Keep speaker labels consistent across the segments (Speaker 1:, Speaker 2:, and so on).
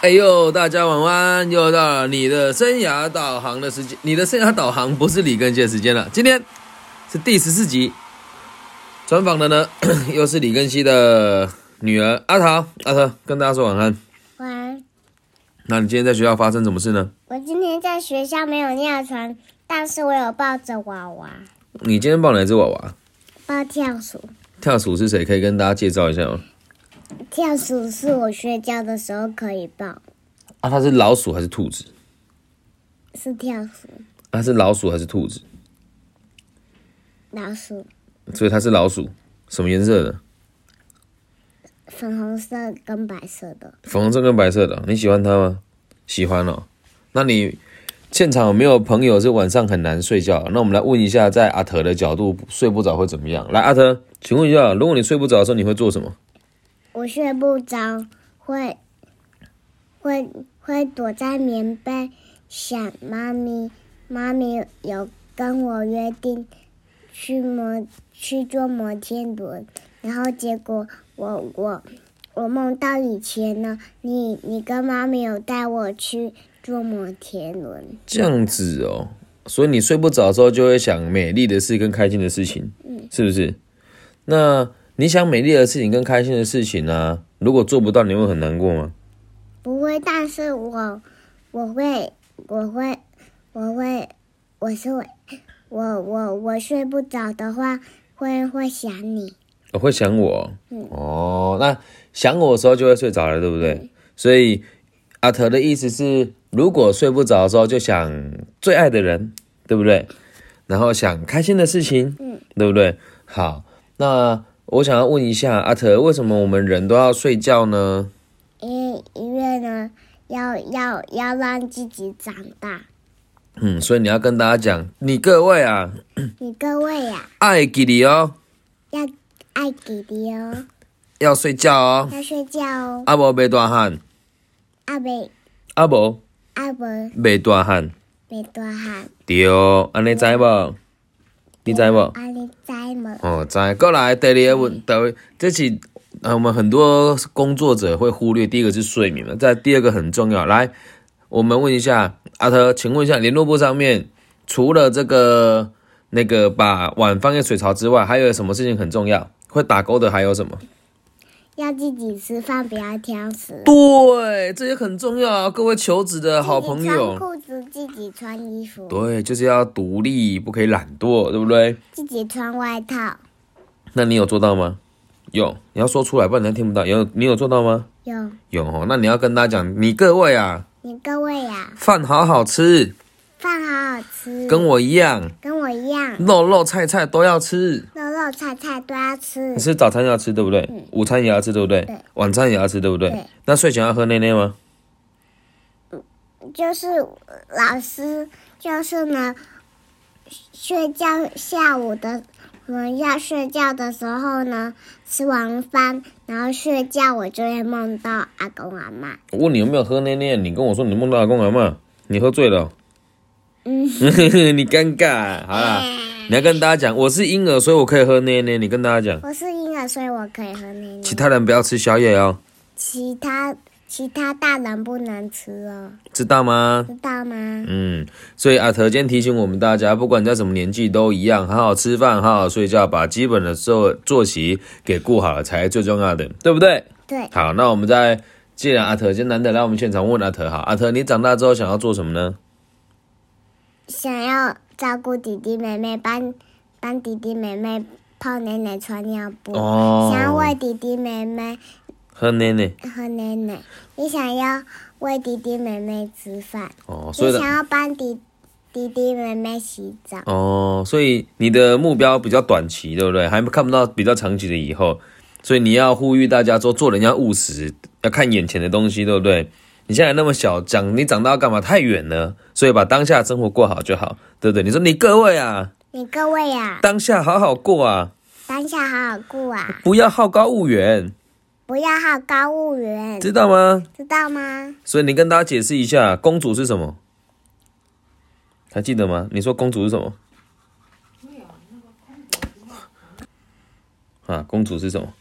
Speaker 1: 哎呦，大家晚安！又到了你的生涯导航的时间，你的生涯导航不是李根熙的时间了。今天是第十四集，专访的呢 又是李根熙的女儿阿桃。阿桃跟大家说晚安。
Speaker 2: 晚安。
Speaker 1: 那你今天在学校发生什么事呢？
Speaker 2: 我今天在学校没有尿床，但是我有抱着娃娃，
Speaker 1: 你今天抱哪只娃娃？
Speaker 2: 抱跳鼠。
Speaker 1: 跳鼠是谁？可以跟大家介绍一下吗？
Speaker 2: 跳鼠是我睡觉的时候可以抱，
Speaker 1: 啊，它是老鼠还是兔子？
Speaker 2: 是跳鼠，
Speaker 1: 它啊是老鼠还是兔子？
Speaker 2: 老鼠，
Speaker 1: 所以它是老鼠，什么颜色的？
Speaker 2: 粉红色跟白色的。
Speaker 1: 粉红色跟白色的，你喜欢它吗？喜欢哦。那你现场有没有朋友是晚上很难睡觉？那我们来问一下，在阿特的角度，睡不着会怎么样？来，阿特，请问一下，如果你睡不着的时候，你会做什么？
Speaker 2: 我睡不着，会会会躲在棉被想妈咪。妈咪有跟我约定去摩去坐摩天轮，然后结果我我我梦到以前呢，你你跟妈咪有带我去坐摩天轮，
Speaker 1: 这样子哦，所以你睡不着的时候就会想美丽的事跟开心的事情，是不是？那你想美丽的事情跟开心的事情呢、如果做不到，你会很难过吗？
Speaker 2: 不会，但是我我会我会我会我是会我我我睡不着的话会会想你，
Speaker 1: 我会想我。哦，那想我的时候就会睡着了，对不对？所以阿特的意思是，如果睡不着的时候，就想最爱的人，对不对？然后想开心的事情，嗯，对不对？好，那我想要问一下阿特，为什么我们人都要睡觉呢？
Speaker 2: 因为因为呢要要要让自己长大。
Speaker 1: 嗯，所以你要跟大家讲，你各位啊，
Speaker 2: 你各位呀、
Speaker 1: 爱吉里哦，
Speaker 2: 要爱弟弟哦，
Speaker 1: 要睡觉哦，
Speaker 2: 要睡觉哦，
Speaker 1: 阿伯别大汗，
Speaker 2: 阿贝
Speaker 1: 阿伯
Speaker 2: 阿伯
Speaker 1: 别大汗，
Speaker 2: 别多喊，
Speaker 1: 对哦，安尼知无？你知无？
Speaker 2: 阿你知吗？
Speaker 1: 哦，在过来第二个问，第二这是呃我们很多工作者会忽略，第一个是睡眠嘛，在第二个很重要。来，我们问一下阿特，请问一下联络部上面除了这个那个把碗放进水槽之外，还有什么事情很重要？会打勾的还有什么？
Speaker 2: 要自己吃饭，不要挑食。
Speaker 1: 对，这些很重要啊，各位求职的好朋
Speaker 2: 自己穿
Speaker 1: 友。
Speaker 2: 裤子，自己穿衣服，
Speaker 1: 对，就是要独立，不可以懒惰，对不对？
Speaker 2: 自己穿外套。
Speaker 1: 那你有做到吗？有，你要说出来，不然人家听不到。有，你有做到吗？
Speaker 2: 有
Speaker 1: 有哦，那你要跟大家讲，你各位啊，
Speaker 2: 你各位呀、
Speaker 1: 饭好好吃，
Speaker 2: 饭好好吃，
Speaker 1: 跟我一样，
Speaker 2: 跟我一样，
Speaker 1: 肉肉菜菜都要吃。
Speaker 2: 肉肉菜菜都要吃
Speaker 1: 你。是早餐要吃，对不对？午餐也要吃，对不对？
Speaker 2: 嗯对
Speaker 1: 晚餐也要吃，对不对？
Speaker 2: 对
Speaker 1: 那睡前要喝奶奶吗？
Speaker 2: 就是呃老师，就是呢，睡觉下午的，我们要睡觉的时候呢，吃完饭然后睡觉，我就会梦到阿公阿妈。
Speaker 1: 我问你有没有喝奶奶，你跟我说你梦到阿公阿妈，你喝醉了哦、
Speaker 2: 嗯 哎
Speaker 1: 你尴尬。好啦，你要跟大家讲，我是婴儿，所以我可以喝奶奶。你跟大家讲，
Speaker 2: 我是婴儿，所以我可以喝奶
Speaker 1: 其
Speaker 2: 奶。
Speaker 1: 他人不要吃宵夜哦，
Speaker 2: 其他其他大人不能吃哦，
Speaker 1: 知道吗？
Speaker 2: 知道吗？
Speaker 1: 嗯，所以阿特今天提醒我们大家，不管你在什么年纪都一样，好好吃饭，好好睡觉，把基本的作作息给顾好了才是最重要的，对不对？
Speaker 2: 对，
Speaker 1: 好，那我们在既然阿特今天难得来我们现场问阿特，好，阿特你长大之后想要做什么呢？
Speaker 2: 想要照顾弟弟妹妹，帮帮弟弟妹妹泡奶奶、穿尿布，
Speaker 1: 哦
Speaker 2: 想要为弟弟妹妹
Speaker 1: 喝奶奶
Speaker 2: 和奶奶，你想要喂弟弟妹妹吃饭，
Speaker 1: 哦，所
Speaker 2: 你
Speaker 1: 以呢
Speaker 2: 想要帮弟弟弟妹妹洗澡，
Speaker 1: 哦，所以你的目标比较短期，对不对？还看不到比较长期的以后，所以你要呼吁大家说，做人要务实，要看眼前的东西，对不对？你现在那么小，讲你长大要干嘛太远了，所以把当下生活过好就好，对不对？你说你各位啊，
Speaker 2: 你各位呀、
Speaker 1: 当下好好过啊，
Speaker 2: 当下好好顾啊，
Speaker 1: 不要好高骛远，
Speaker 2: 不要好高骛远，
Speaker 1: 知道吗？
Speaker 2: 知道吗？
Speaker 1: 所以你跟大家解释一下，公主是什么？还记得吗？你说公主是什么？啊，公主是什么？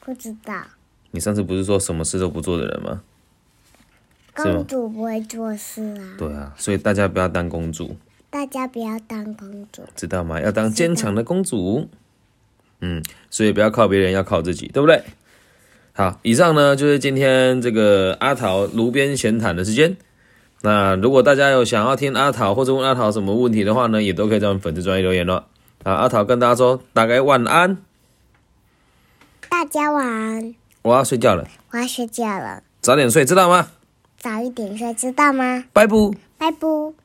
Speaker 2: 不知道，
Speaker 1: 你上次不是说什么事都不做的人吗？是
Speaker 2: 公
Speaker 1: 吗？
Speaker 2: 主不会做事啊，
Speaker 1: 对啊，所以大家不要当公主，
Speaker 2: 大家不要当公主。
Speaker 1: 知道吗？要当坚强的公主。嗯，所以不要靠别人，要靠自己，对不对？好，以上呢就是今天这个阿桃炉边闲谈的时间。那如果大家有想要听阿桃或者问阿桃什么问题的话呢，也都可以在我们粉丝专业留言了。啊，阿桃跟大家说，大概晚安，
Speaker 2: 大家晚安，
Speaker 1: 我要睡觉了，
Speaker 2: 我要睡觉了，
Speaker 1: 早点睡，知道吗？
Speaker 2: 早一点睡，知道吗？
Speaker 1: 拜拜。
Speaker 2: 拜拜。